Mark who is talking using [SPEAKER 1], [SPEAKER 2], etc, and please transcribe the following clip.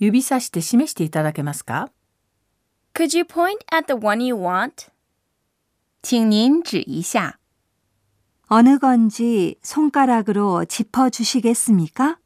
[SPEAKER 1] 指さして示していただけますか
[SPEAKER 2] Could you point at the one you want?
[SPEAKER 3] 请您指一下。
[SPEAKER 4] 어느 건지 손가락으로 짚어 주시겠습니까?